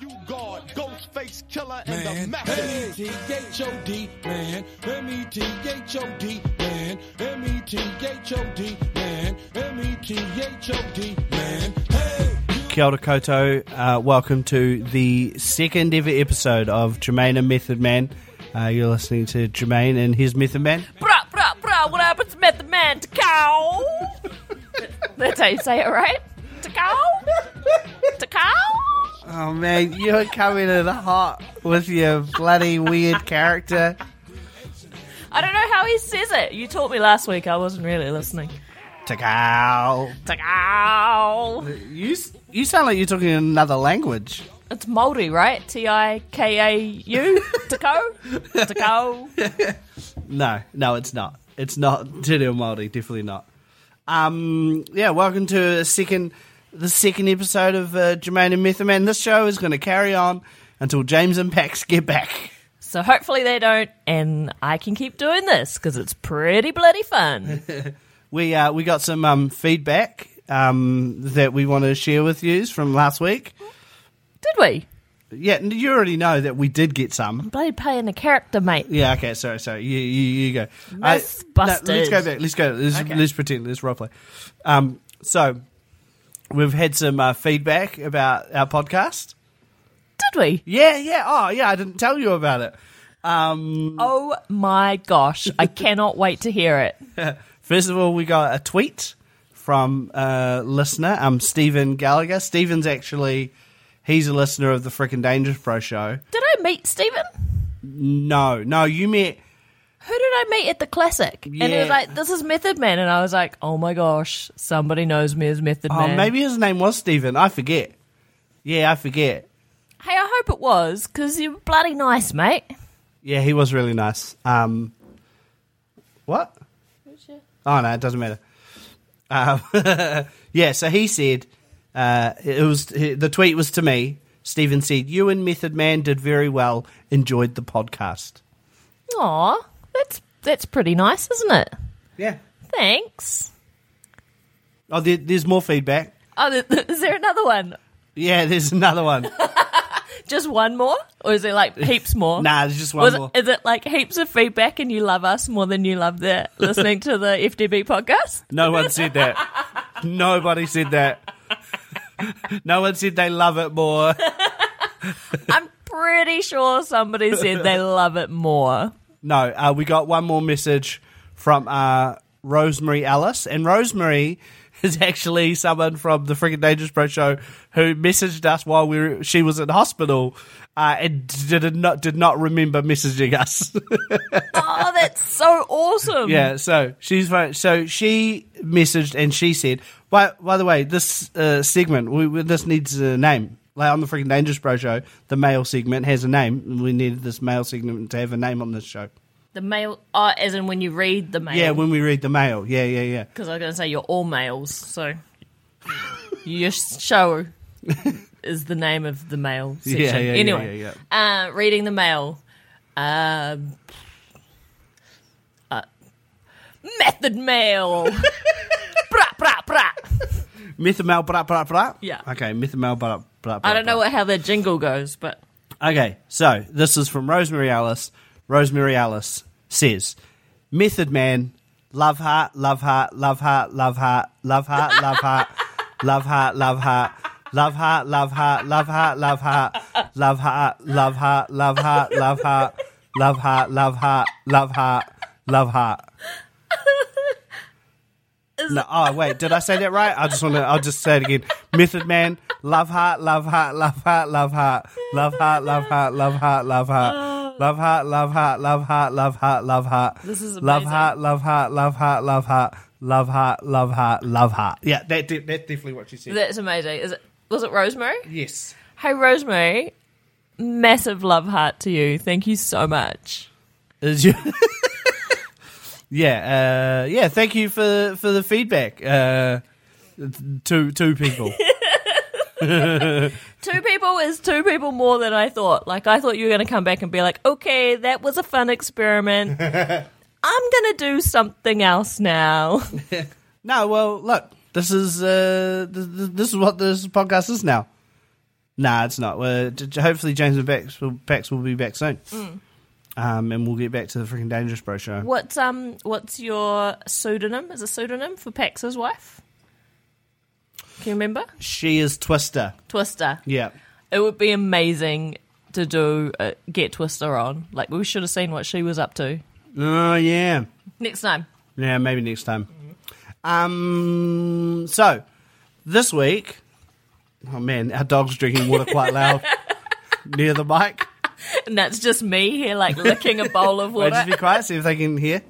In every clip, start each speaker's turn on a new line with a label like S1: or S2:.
S1: You guard, ghost face killer,
S2: man.
S1: and the
S2: M E
S1: method.
S2: T H O D man. M E T H O D man. M E T H O D man. M E T H O D man. Hey.
S3: Kia ora koutou. Uh, welcome to the second ever episode of Jermaine and Method Man. Uh, you're listening to Jermaine and his Method Man.
S4: Bruh, bruh, bruh, what happens to Method Man? Takao! That's how you say it, right? Takao? Takao?
S3: Oh man, you're coming in hot with your bloody weird character.
S4: I don't know how he says it. You taught me last week. I wasn't really listening.
S3: Takao.
S4: Takao!
S3: You s- you sound like you're talking another language.
S4: It's Māori, right? T-I-K-A-U? Takao? Takao?
S3: No, no, it's not. It's not Te Reo Māori, definitely not. Um, yeah, welcome to a second, the second episode of uh, Jermaine and Method Man. This show is going to carry on until James and Pax get back.
S4: So hopefully they don't, and I can keep doing this, because it's pretty bloody fun.
S3: We uh, we got some um, feedback um, that we want to share with yous from last week.
S4: Did we?
S3: Yeah, and you already know that we did get some.
S4: Bloody playing a character, mate.
S3: Yeah, okay, sorry, sorry. You you, you go. Uh,
S4: Myth
S3: no,
S4: busted.
S3: let's go back. Let's go. Let's,
S4: Okay.
S3: let's pretend. Let's roleplay. Um, so we've had some uh, feedback about our podcast.
S4: Did we?
S3: Yeah, yeah. Oh, yeah. I didn't tell you about it.
S4: Oh my gosh, I cannot wait to hear it.
S3: First of all, we got a tweet from a listener, um, Stephen Gallagher. Stephen's actually he's a listener of the frickin' Dangerous Pro show.
S4: Did I meet Stephen?
S3: No, no, you met.
S4: Who did I meet at the classic? And he was
S3: Yeah.
S4: like, "This is Method Man," and I was like, "Oh my gosh, somebody knows me as Method
S3: Oh,
S4: Man."
S3: maybe his name was Stephen. I forget. Yeah, I forget.
S4: Hey, I hope it was because you're bloody nice, mate.
S3: Yeah, he was really nice. Um, what? Oh no, it doesn't matter. Um, yeah, so he said uh, it was the tweet was to me. Stephen said, "You and Method Man did very well. Enjoyed the podcast."
S4: Aw, that's that's pretty nice, isn't it?
S3: Yeah.
S4: Thanks.
S3: Oh, there, there's more feedback.
S4: Oh, th- th- is there another one?
S3: Yeah, there's another one.
S4: Just one more, or is there like heaps more?
S3: nah, there's just one
S4: Was it-
S3: more.
S4: is it like heaps of feedback and you love us more than you love the listening to the FDB podcast?
S3: No one said that. Nobody said that. no one said they love it more.
S4: I'm pretty sure somebody said they love it more.
S3: No, uh, we got one more message from uh, Rosemary Alice, and Rosemary is actually someone from the freaking Dangerous Bro show who messaged us while we were, she was in hospital uh, and did not did not remember messaging us.
S4: Oh, that's so awesome.
S3: yeah, so she's very- so she messaged and she said, "By by the way, this uh, segment we, we, this needs a name." Like on the freaking Dangerous Bro show, the male segment has a name. We needed this male segment to have a name on this show.
S4: The mail, uh, as in when you read the mail.
S3: Yeah, when we read the mail. Yeah, yeah, yeah.
S4: Because I was going to say you're all males, so. Your show is the name of the mail section.
S3: Yeah, yeah, yeah,
S4: anyway,
S3: yeah,
S4: Uh, reading the mail. Um, uh, method mail. brah, brah, brah.
S3: Mythamel bra bra bra.
S4: Yeah.
S3: Okay, Mythamel bra bra. bra
S4: I don't know
S3: bra.
S4: what, how their jingle goes, but
S3: Okay, so this is from Rosemary Alice. Rosemary Alice says, "Method Man, love heart, love heart, love heart, love heart, love heart, love heart, love heart, love heart." Love heart, love heart, love heart, love heart, love heart, love heart, love heart, love heart, love heart, love heart, love heart, love heart. No, oh wait, did I say that right? I just want to. I'll just say it again. Method Man, love heart, love heart, love heart, love heart, love heart, love heart, love heart, love heart, love heart, love heart, love heart, love heart, love heart.
S4: is
S3: love
S4: amazing.
S3: heart, love heart, love heart, love heart, love heart, love heart, love heart. Yeah, that de- that's definitely what she said.
S4: That's amazing. Is it? Was it Rosemary?
S3: yes.
S4: Hey, Rosemary. Massive love heart to you. Thank you so much.
S3: Is you- yeah, uh, yeah. Thank you for for the feedback. Uh, two two people.
S4: Two people is two people more than I thought. Like I thought you were going to come back and be like, "Okay, that was a fun experiment. I'm going to do something else now."
S3: no, well, look, this is uh, th- th- this is what this podcast is now. Nah, it's not. We're, j- j- hopefully, James and Pax will, Pax will be back soon, um, and we'll get back to the freaking Dangerous Bro show.
S4: What's um what's your pseudonym? Is a pseudonym for Pax's wife? Can you remember?
S3: She is Twister.
S4: Twister.
S3: Yeah.
S4: It would be amazing to do uh, get Twister on. Like we should have seen what she was up to.
S3: Oh yeah.
S4: Next time.
S3: Yeah, maybe next time. Um. So, this week, oh man, our dog's drinking water quite loud near the mic.
S4: And that's just me here like licking a bowl of
S3: Wait, just
S4: water.
S3: be quiet. See if they can hear.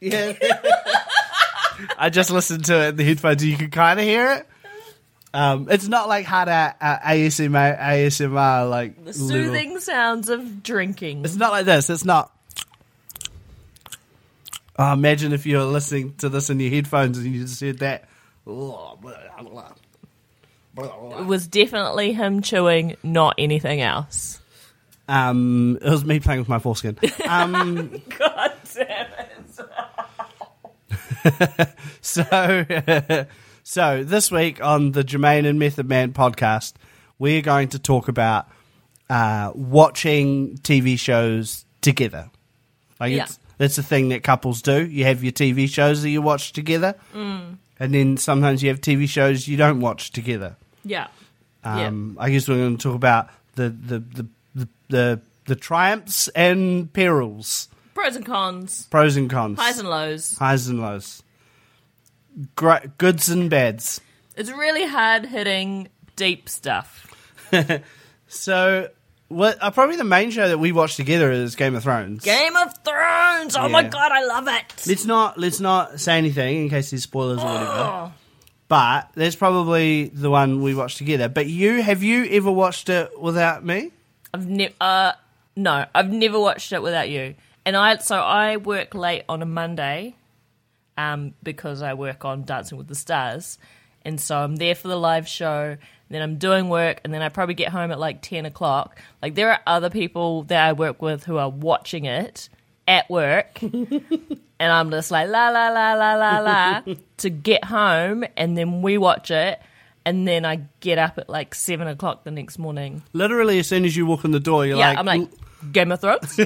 S3: Yeah. I just listened to it in the headphones. You can kind of hear it. Um, it's not like hard uh, uh, ASMR, ASMR like
S4: The
S3: little-
S4: soothing sounds of drinking.
S3: It's not like this. It's not. Oh, imagine if you were listening to this in your headphones and you just heard that.
S4: It was definitely him chewing, not anything else.
S3: Um, it was me playing with my foreskin.
S4: God damn it.
S3: So, so this week on the Jermaine and Method Man podcast, we're going to talk about uh, watching TV shows together. Like
S4: Yeah.
S3: it's that's a thing that couples do. You have your TV shows that you watch together,
S4: Mm.
S3: and then sometimes you have TV shows you don't watch together.
S4: Yeah.
S3: Um, I guess we're going to talk about the the the the, the, the triumphs and perils,
S4: yeah. Pros and cons,
S3: pros and cons,
S4: highs and lows.
S3: highs and lows, Gr- goods and bads.
S4: It's really hard hitting deep stuff.
S3: So, what? Uh, probably the main show that we watch together is Game of Thrones.
S4: Game of Thrones. Oh my
S3: Yeah.
S4: god, I love it.
S3: let's not let's not say anything in case there's spoilers or
S4: Oh.
S3: whatever. But that's probably the one we watched together. But you have you ever watched it without me?
S4: I've never. Uh, no, I've never watched it without you. And I so I work late on a Monday, um, because I work on Dancing with the Stars, and so I'm there for the live show. Then I'm doing work, and then I probably get home at like ten o'clock. Like there are other people that I work with who are watching it at work, and I'm just like la la la la la la to get home, and then we watch it, and then I get up at like seven o'clock the next morning.
S3: Literally, as soon as you walk in the door, you're
S4: Yeah,
S3: like,
S4: I'm like Game of Thrones,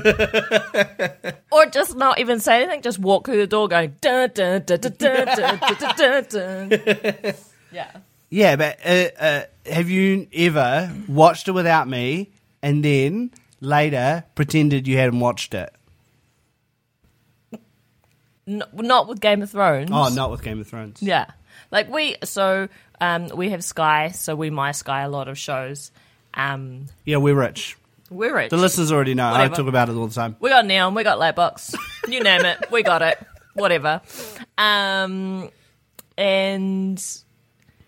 S4: or just not even say anything. Just walk through the door, going dun dun dun dun dun dun dun dun. dun, dun. yeah,
S3: yeah. But uh, uh, have you ever watched it without me and then later pretended you hadn't watched it?
S4: N- not with Game of Thrones.
S3: Oh, not with Game of Thrones.
S4: Yeah. Like we so um we have Sky, so we my Sky a lot of shows. Um
S3: yeah, we're rich.
S4: we're rich.
S3: The listeners already know. I
S4: Whatever.
S3: talk about it all the time.
S4: we got Neon, we got Lightbox, you name it, we got it. Whatever. Um and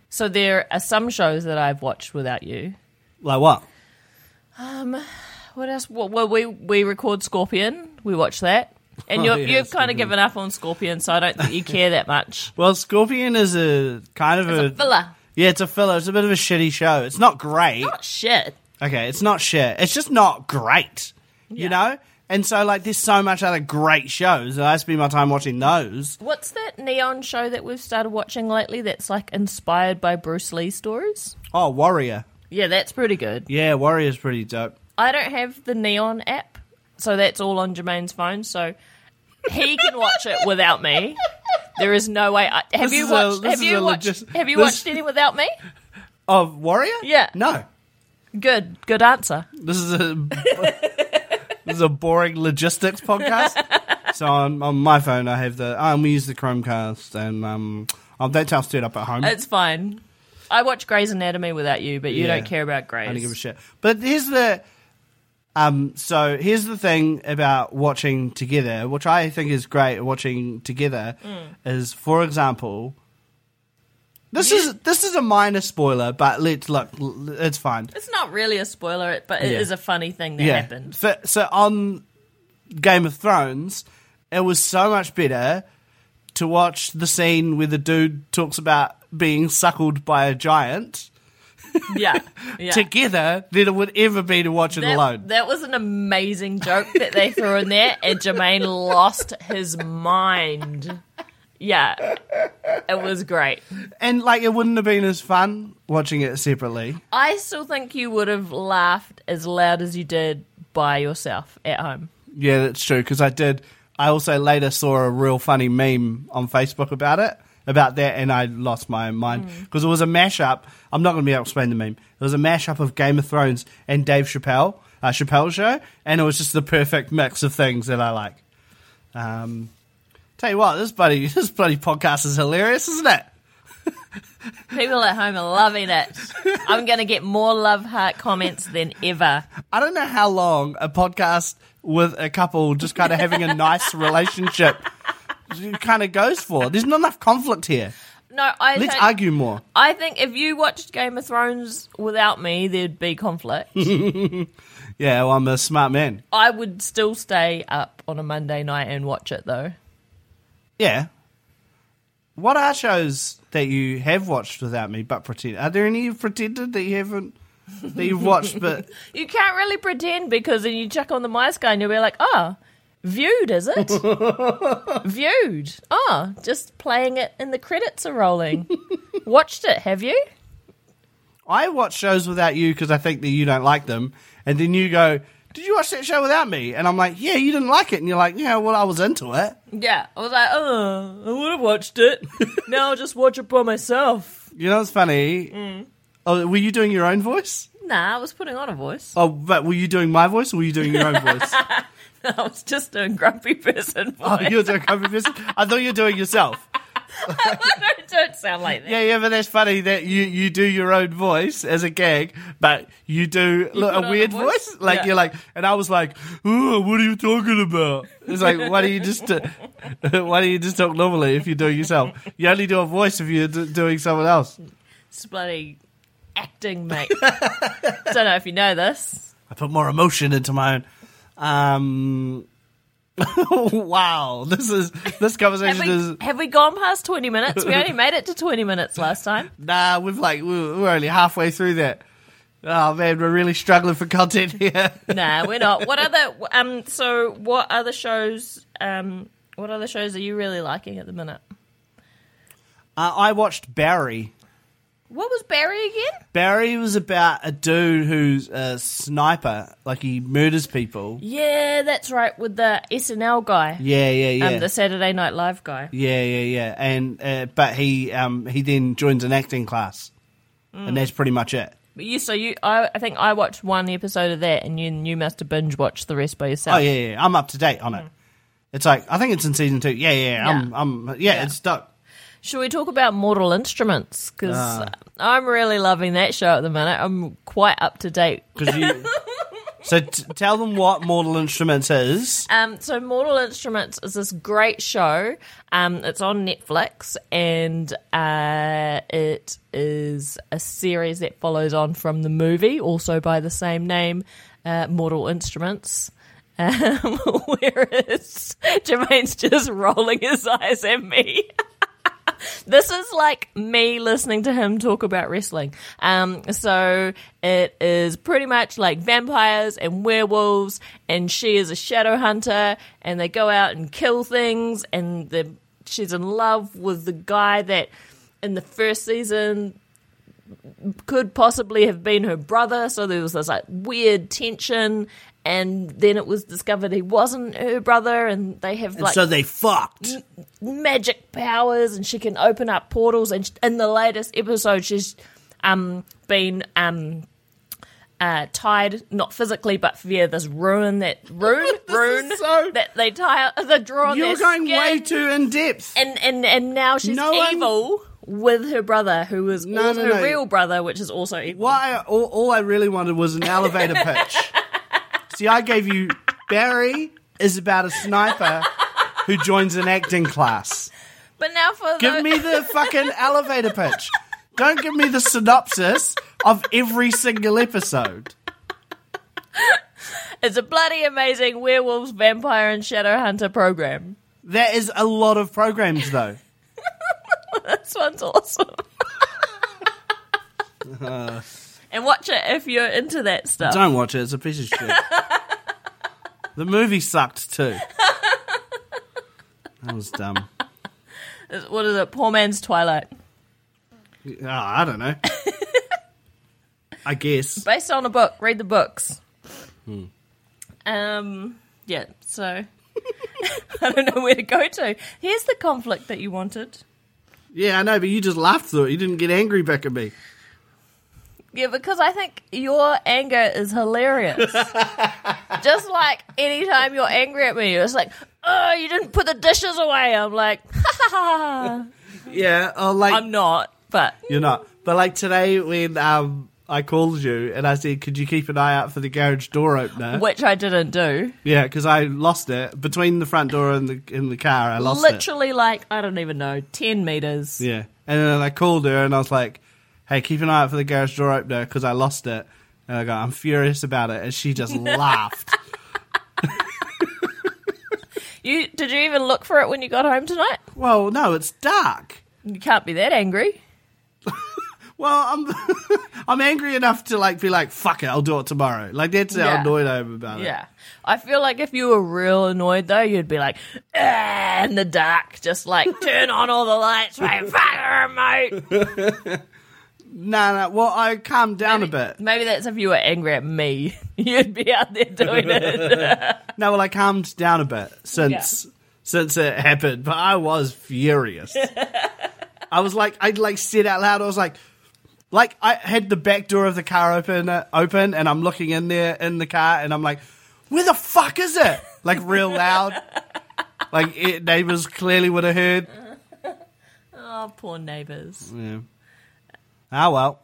S4: so there are some shows that I've watched without you.
S3: Like what?
S4: What else? Well, well, we we record Scorpion. We watch that, and
S3: Oh,
S4: you're,
S3: yeah,
S4: you've
S3: Scorpion.
S4: kind of given up on Scorpion, so I don't think you care that much.
S3: Well, Scorpion is a kind of
S4: It's a filler.
S3: Yeah, it's a filler. It's a bit of a shitty show. It's not great.
S4: Not Oh, shit.
S3: Okay, it's not shit. It's just not great. You
S4: Yeah.
S3: know? And so like there's so much other great shows and I spend my time watching those.
S4: What's that neon show that we've started watching lately? That's like inspired by Bruce Lee stories.
S3: Oh, Warrior.
S4: Yeah, that's pretty good.
S3: Yeah, Warrior's pretty dope.
S4: I don't have the neon app, so that's all on Jermaine's phone. So he can watch it without me. There is no way. I, have
S3: This
S4: you
S3: is a-
S4: watched?
S3: this
S4: have
S3: is
S4: you
S3: a
S4: watched?
S3: logis-
S4: have you
S3: this-
S4: watched any without me?
S3: Oh, Warrior?
S4: Yeah.
S3: No.
S4: Good. Good answer.
S3: This is a This is a boring logistics podcast. so on, on my phone I have the um, we use the Chromecast and um oh, that's how stood up at home.
S4: It's fine. I watch Grey's Anatomy without you, but you
S3: Yeah.
S4: don't care about Grey's.
S3: I don't give a shit. But here's the Um, so here's the thing about watching together, which I think is great. Watching together
S4: Mm.
S3: is, for example, this is this is a minor spoiler, but let's look. l- It's fine.
S4: It's not really a spoiler, but it is
S3: Yeah.
S4: a funny thing that happened.
S3: So, so on Game of Thrones, it was so much better to watch the scene where the dude talks about being suckled by a giant
S4: Yeah, yeah.
S3: together than it would ever be to watch it
S4: that,
S3: alone.
S4: that was an amazing joke that they threw in there, and Jermaine lost his mind. Yeah, it was great.
S3: and like, it wouldn't have been as fun watching it separately.
S4: I still think you would have laughed as loud as you did by yourself at home.
S3: Yeah, that's true. Because I did. I also later saw a real funny meme on Facebook about it, about that, and I lost my mind because it was a mashup. I'm not going to be able to explain the meme. It was a mashup of Game of Thrones and Dave Chappelle, uh, Chappelle show, and it was just the perfect mix of things that I like. Um, tell you what, this bloody this bloody podcast is hilarious, isn't it?
S4: People at home are loving it. I'm going to get more love heart comments than ever.
S3: I don't know how long a podcast with a couple just kind of having a nice relationship kind of goes for. There's not enough conflict here.
S4: No, I
S3: Let's
S4: don't-
S3: argue more.
S4: I think if you watched Game of Thrones without me, there'd be conflict.
S3: Yeah, well, I'm a smart man.
S4: I would still stay up on a Monday night and watch it though.
S3: Yeah. What are shows that you have watched without me but pretend? Are there any you've pretended that you haven't, that you've watched but.
S4: You can't really pretend because then you check on the My Sky and you'll be like, oh, viewed, is it? viewed. Oh, just playing it and the credits are rolling. Watched it, have you?
S3: I watch shows without you because I think that you don't like them. And then you go, Did you watch that show without me? And I'm like, Yeah, you didn't like it. And you're like, Yeah, well, I was into it.
S4: Yeah. I was like, oh, I would have watched it. now I'll just watch it by myself.
S3: You know what's funny?
S4: Mm.
S3: Oh, were you doing your own voice?
S4: Nah, I was putting on a voice.
S3: Oh, but were you doing my voice or were you doing your own voice?
S4: I was just doing grumpy person voice.
S3: oh, you were doing cover person? I thought you were doing yourself.
S4: don't, don't sound like that.
S3: Yeah, yeah, but that's funny that you, you do your own voice as a gag, but you do look,
S4: put on
S3: a
S4: a
S3: weird
S4: voice?
S3: voice. Like
S4: Yeah.
S3: you're like, and I was like, "Ooh, what are you talking about? It's like, why do you just uh, why do you just talk normally if you do it yourself? You only do a voice if you're d- doing someone else.
S4: It's bloody acting, mate. don't know if you know this.
S3: I put more emotion into my own. Um, wow, this is this
S4: Have
S3: conversation is
S4: we, have we gone past 20 minutes? We only made it to 20 minutes last time.
S3: nah. We've like we're we're only halfway through that. Oh man, we're really struggling for content here. Uh,
S4: Nah, we're not. What other um so what other shows um what other shows are you really liking at the minute?
S3: Uh, I watched Barry.
S4: What was Barry again?
S3: Barry was about a dude who's a sniper, like he murders people.
S4: Yeah, that's right with the SNL guy.
S3: Yeah, yeah, yeah,
S4: Um the Saturday Night Live guy.
S3: yeah, yeah, yeah. And uh, but he um he then joins an acting class, and that's pretty much it.
S4: But you so you I, I think I watched one episode of that and you you must have binge watched the rest by yourself.
S3: Oh yeah, yeah, yeah. I'm up to date on it. It's like I think it's in season two. Yeah, yeah, yeah. I'm,
S4: Yeah.
S3: I'm, yeah,
S4: Yeah.
S3: it's stuck.
S4: Should we talk about Mortal Instruments? Because I'm really loving that show at the minute. I'm quite up to date.
S3: Because you. so t- tell them what Mortal Instruments is.
S4: Um, so Mortal Instruments is this great show. Um, it's on Netflix, and uh, it is a series that follows on from the movie, also by the same name, uh, Mortal Instruments. Um, whereas Jermaine's just rolling his eyes at me. This is like me listening to him talk about wrestling. Um, so it is pretty much like vampires and werewolves, and she is a shadow hunter, and they go out and kill things, and the, she's in love with the guy that in the first season could possibly have been her brother. So there was this like weird tension. And then it was discovered he wasn't her brother, and they have like
S3: so they fucked.
S4: magic powers and she can open up portals and sh- in the latest episode she's um been um uh, tied not physically but via this rune that rune
S3: This
S4: rune
S3: is so-
S4: that they tie the draw on
S3: You're
S4: their
S3: going
S4: skin.
S3: way too in depth.
S4: and and and now she's
S3: No one-
S4: evil with her brother who is
S3: No,
S4: also
S3: no,
S4: her
S3: no.
S4: real brother which is also evil
S3: What I, all, all I really wanted was an elevator pitch See, I gave you Barry is about a sniper who joins an acting class.
S4: But now for
S3: Give
S4: the,
S3: me the fucking elevator pitch. Don't give me the synopsis of every single episode.
S4: it's a bloody amazing werewolves, vampire, and shadow hunter program.
S3: That is a lot of programs, though.
S4: This one's awesome. and watch it if you're into that stuff.
S3: Don't watch it. It's a piece of shit. the movie sucked too. That was dumb.
S4: It's- What is it? Poor man's Twilight,
S3: Oh, I don't know. I guess.
S4: based on a book. Read the books. Um. Yeah. So I don't know where to go to. Here's the conflict that you wanted.
S3: Yeah, I know, but you just laughed through it. You didn't get angry back at me.
S4: Yeah, because I think your anger is hilarious. Just like anytime you're angry at me, it's like, oh, you didn't put the dishes away. I'm like, ha ha ha. ha."
S3: Yeah, oh, like
S4: I'm not, but
S3: you're not. But like today when um I called you and I said, "Could you keep an eye out for the garage door opener?"
S4: which I didn't do.
S3: Yeah, because I lost it between the front door and the in the car. I lost it.
S4: Literally, like, I don't even know, 10 meters.
S3: Yeah. And then I called her and I was like, hey, keep an eye out for the garage door opener because I lost it. And I go, I'm furious about it. And she just laughed.
S4: You Did you even look for it when you got home tonight?
S3: Well, no, it's dark.
S4: You can't be that angry.
S3: Well, I'm I'm angry enough to like be like, fuck it, I'll do it tomorrow. Like that's how
S4: Yeah.
S3: annoyed I am about it.
S4: Yeah. I feel like if you were real annoyed, though, you'd be like, "Ah," in the dark, just like, turn on all the lights, right? Fuck the remote.
S3: No, no. Well, I calmed down a bit.
S4: Maybe that's if you were angry at me. You'd be out there doing it.
S3: No, well, I calmed down a bit since since it happened, but I was furious. I was like, I like said out loud, I was like, like I had the back door of the car open, uh, open, and I'm looking in there in the car, and I'm like, where the fuck is it? Like real loud, like it, neighbors clearly would have heard.
S4: oh, poor neighbours.
S3: Yeah. Ah well,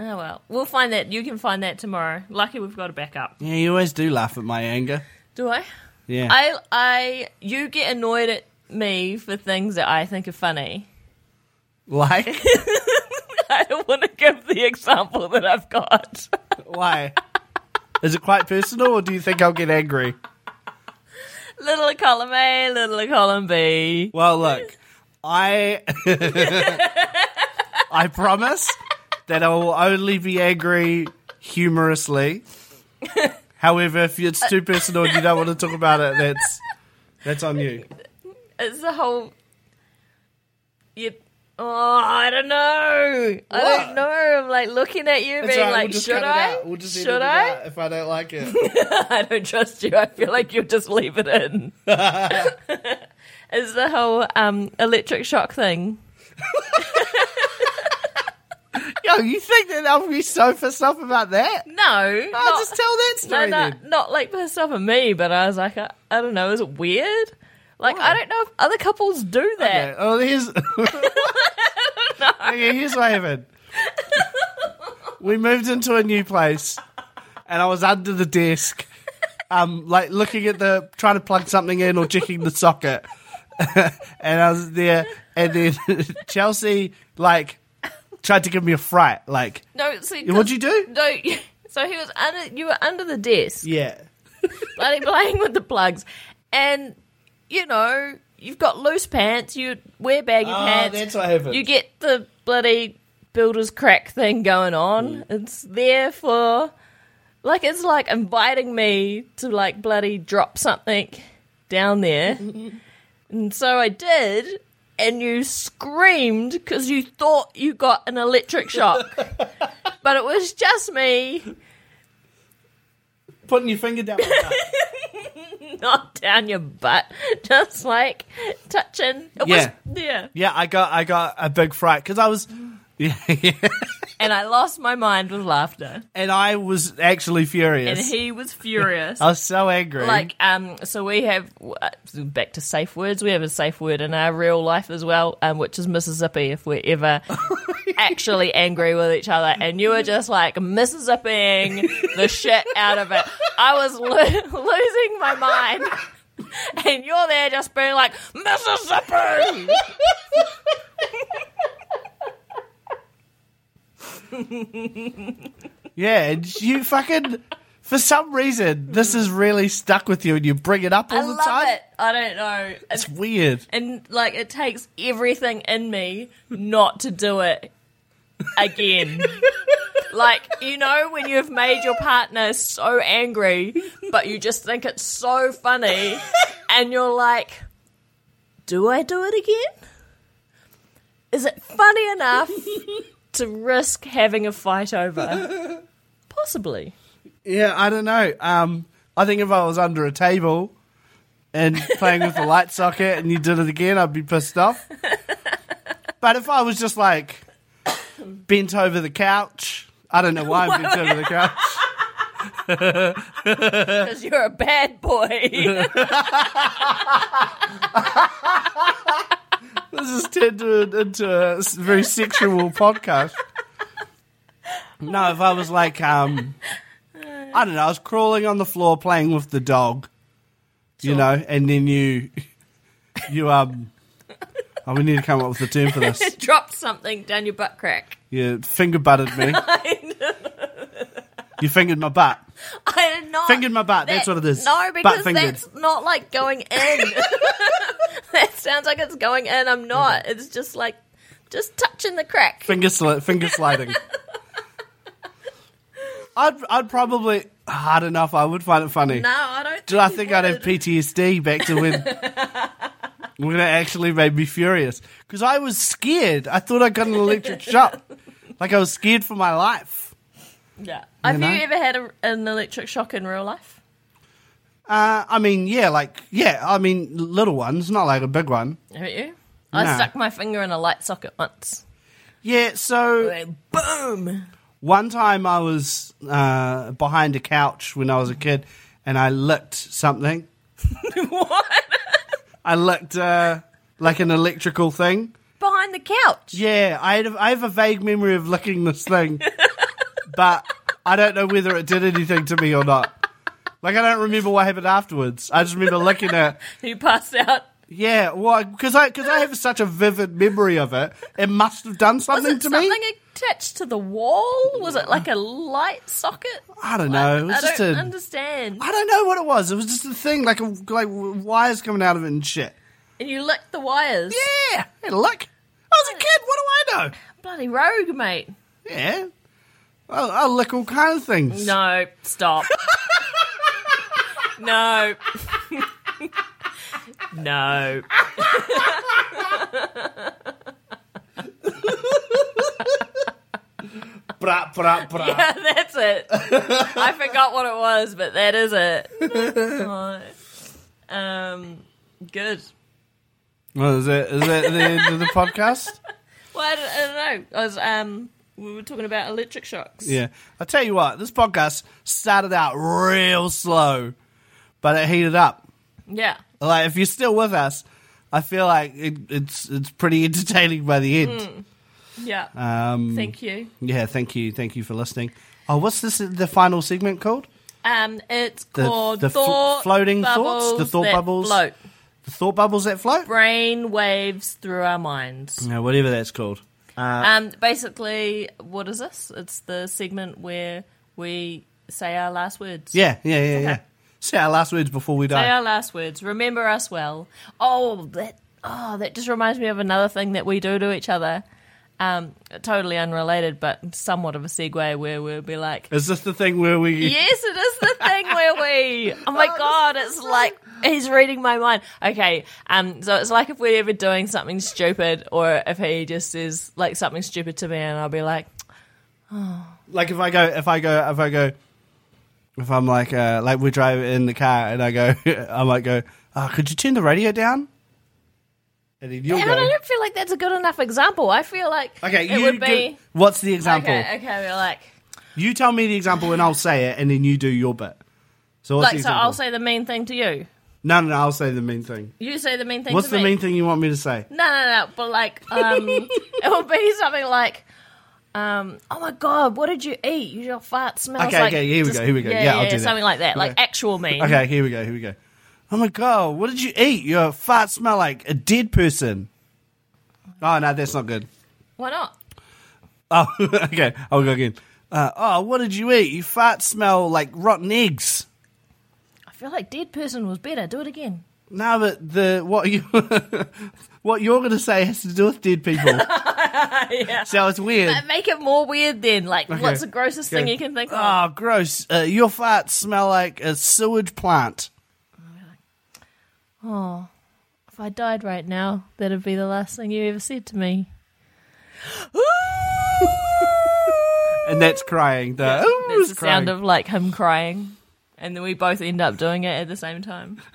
S4: Oh, well. We'll find that. You can find that tomorrow. Lucky we've got a backup.
S3: yeah, you always do laugh at my anger.
S4: Do I?
S3: Yeah,
S4: I, I, you get annoyed at me for things that I think are funny.
S3: like
S4: I don't want to give the example that I've got.
S3: why? Is it quite personal, or do you think I'll get angry?
S4: little column A, little column B.
S3: Well, look, I I promise that I will only be angry humorously. However, if it's too personal and you don't want to talk about it, that's that's on you.
S4: It's the whole. You. Oh, I don't know. I
S3: What?
S4: don't know. I'm like looking at you, being like, should I? should I?
S3: if I don't like it.
S4: I don't trust you. I feel like you'll just leave it in. Is the whole um, electric shock thing?
S3: Yo, you think that I'll be so pissed off about that?
S4: No,
S3: I'll
S4: not,
S3: Oh, just tell that
S4: no,
S3: story
S4: not,
S3: then.
S4: not like pissed off at me, but I was like, I, I don't know. Is it weird? Like I don't know if other couples do that.
S3: Okay, Oh, here's okay, here's what happened. We moved into a new place, and I was under the desk, um, like looking at the trying to plug something in or checking the socket, and I was there, and then Chelsea like tried to give me a fright, like
S4: No, see,
S3: what'd you
S4: 'cause-
S3: do?
S4: No, so he was under. You were under the desk.
S3: Yeah,
S4: bloody playing with the plugs. And, you know, you've got loose pants, you wear baggy pants.
S3: Ah, that's what happened.
S4: You get the bloody builder's crack thing going
S3: Mm.
S4: on. It's there for, like, it's like inviting me to, like, bloody drop something down there. and so I did. And you screamed because you thought you got an electric shock. but it was just me
S3: putting your finger down.
S4: not down your butt, just like touching. It
S3: Yeah.
S4: was yeah.
S3: yeah, I got I got a big fright because I was. yeah.
S4: And I lost my mind with laughter,
S3: and I was actually
S4: and
S3: furious.
S4: he was furious.
S3: I was so angry.
S4: like um, so we have uh, back to safe words. We have a safe word in our real life as well, um, which is Mississippi. If we're ever
S3: Oh,
S4: actually angry with each other, and you were just like Mississippiing the shit out of it. I was lo- losing my mind. And you're there just being like, Mississippi!
S3: Yeah, and you fucking. For some reason, this is really stuck with you, and you bring it up all
S4: I
S3: the
S4: love
S3: time.
S4: it. I don't know. It's-
S3: It's weird.
S4: and like, it takes everything in me not to do it again. like, you know, when you've made your partner so angry, but you just think it's so funny, and you're like, do I do it again? Is it funny enough to risk having a fight over? Possibly.
S3: Yeah, I don't know. Um, I think if I was under a table and playing with the light socket and you did it again, I'd be pissed off. But if I was just like bent over the couch, I don't know why I'm bent over the couch.
S4: Because you're a bad boy.
S3: This has turned to- into a s- very sexual podcast. No, if I was like, um, I don't know, I was crawling on the floor playing with the dog, you know, and then you, you, um, oh, we need to come up with a term for this.
S4: Dropped something down your butt crack.
S3: You finger butted me. you fingered my butt.
S4: I did not.
S3: Fingered my butt, that's what it is.
S4: No,
S3: Butt
S4: because
S3: fingered.
S4: that's not like going in. that sounds like it's going in. I'm not.
S3: Mm-hmm.
S4: It's just like just touching the crack.
S3: Finger sli- finger sliding. I'd I'd probably hard enough. I would find it funny.
S4: no, I don't.
S3: Do I think I'd have PTSD back to when when it actually made me furious? Because I was scared. I thought I got an electric shock. Like I was scared for my life.
S4: Yeah. Have you,
S3: know?
S4: ever had a, an electric shock in real life?
S3: Uh, I mean, yeah, like yeah. I mean, little ones, not like a big one.
S4: Have you? I
S3: No.
S4: stuck my finger in a light socket once.
S3: Yeah. So
S4: Went Boom.
S3: One time I was uh, behind a couch when I was a kid and I licked something.
S4: what?
S3: I licked uh, like an electrical thing.
S4: Behind the couch.
S3: Yeah, I, had a, I have a vague memory of licking this thing, but I don't know whether it did anything to me or not. Like, I don't remember what happened afterwards. I just remember licking it.
S4: You passed out.
S3: Yeah, well, because I, cause I have such a vivid memory of it, it must have done
S4: Was
S3: something
S4: it
S3: to
S4: something
S3: me.
S4: attached to the wall? Was it like a light socket?
S3: I don't know. It was
S4: I
S3: just
S4: don't
S3: a-
S4: understand.
S3: I don't know what it was. It was just a thing, like, a, like wires coming out of it and shit.
S4: And you licked the wires.
S3: Yeah, hey, look. I was a kid. What do I know?
S4: Bloody rogue, mate.
S3: Yeah. I'll, I'll lick all kinds of things.
S4: No, stop. no. no.
S3: Bra, bra, bra.
S4: Yeah, that's it. I forgot what it was, but that is it. um, good.
S3: Well, is that, is that the end of the podcast?
S4: Well, I don't, I don't know. I was, um, we were talking about electric shocks.
S3: Yeah. I'll tell you what, this podcast started out real slow, but it heated up.
S4: Yeah.
S3: Like, if you're still with us, I feel like it, it's it's pretty entertaining by the end.
S4: Yeah.
S3: Um,
S4: Thank you.
S3: yeah, thank you. Thank you for listening. Oh, what's this, the final segment called?
S4: Um, it's
S3: The-
S4: called
S3: the fl-
S4: thought
S3: floating thoughts?
S4: bubbles
S3: The thought
S4: that
S3: bubbles?
S4: float.
S3: The Thought Bubbles That Float?
S4: brain waves through our minds.
S3: No, whatever that's called.
S4: Um, basically, what is this? It's the segment where we say our last words.
S3: Yeah, yeah, yeah, yeah. Say our last words before we die.
S4: Say our last words. Remember us well. Oh, that. Oh, that just reminds me of another thing that we do to each other. Um, totally unrelated, but somewhat of a segue where we'll be like,
S3: Is this the thing where we?
S4: Yes, it is the thing where we. Oh my god, it's like he's reading my mind. Okay, um, so it's like if we're ever doing something stupid, or if he just says like something stupid to me, and I'll be like,
S3: Like if I go, if I go, if I go, if I'm like, uh, like we're driving in the car, and I go, I might go. Oh, could you turn the radio down? And then you'll
S4: and I
S3: go.
S4: don't feel like that's a good enough example. I feel like
S3: Okay,
S4: it
S3: you
S4: would
S3: go-
S4: be
S3: what's the example?
S4: okay. Okay, we're like,
S3: You tell me the example, and I'll say it, and then you do your bit. So what's
S4: like
S3: the
S4: so.
S3: example?
S4: I'll say the mean thing to you.
S3: no, no, no. I'll say the mean thing.
S4: You say the mean thing.
S3: What's
S4: to
S3: the
S4: me.
S3: mean thing you want me to say?
S4: No, no, no. But like, um, it would be something like, Um, oh my god, what did you eat? Your fart smells
S3: Okay,
S4: like
S3: okay, here we go, here we go.
S4: Yeah,
S3: Yeah, I'll do that.
S4: something like that, like
S3: Okay.
S4: actual me.
S3: Okay, here we go. Here we go. Oh my god, what did you eat? Your fart smell like a dead person. Oh no, that's not good.
S4: Why not?
S3: Oh, okay, I'll go again. Uh, oh, what did you eat? Your fart smell like rotten eggs.
S4: I feel like dead person was better. Do it again.
S3: No, but the what you what you're going to say has to do with dead people. So it's weird.
S4: But Uh, make it more weird then. Like, what's the grossest thing
S3: Okay.
S4: you can think of?
S3: Oh, gross! Uh, your farts smell like a sewage plant.
S4: If I died right now, that'd be the last thing you ever said to me.
S3: And that's crying. The, "Ooh"
S4: That's
S3: is
S4: the
S3: crying.
S4: sound of like him crying, and then we both end up doing it at the same time.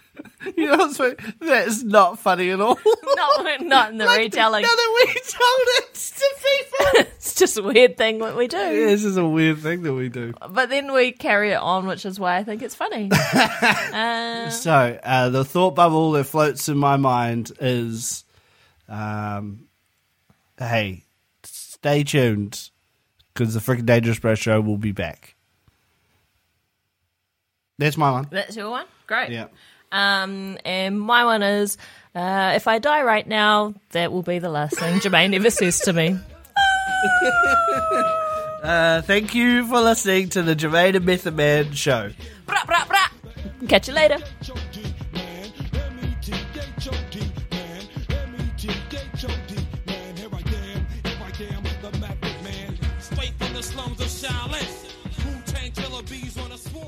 S3: You know, what's funny? that's not funny at all.
S4: Not not in the retelling.
S3: Now that we told it to people.
S4: it's just a weird thing that we do.
S3: Yeah, this is a weird thing that we do.
S4: But then we carry it on, which is why I think it's funny. uh,
S3: So uh, the thought bubble that floats in my mind is, um, hey, stay tuned because the freaking Dangerous Bro show will be back. That's my one.
S4: that's your one. Great.
S3: Yeah.
S4: Um, and my one is, uh, if I die right now, that will be the last thing Jermaine ever says to me.
S3: Uh, thank you for listening to the Jermaine and Method Man show.
S4: Bra, bra, bra. Catch you later.
S2: H-O-D, man. M-E-T-H-O-D, man. M-E-T-H-O-D, man. Here I am, here I am, the Maverick man. Straight from the slums of Shaolin. Wu-Tang killer bees on a swarm.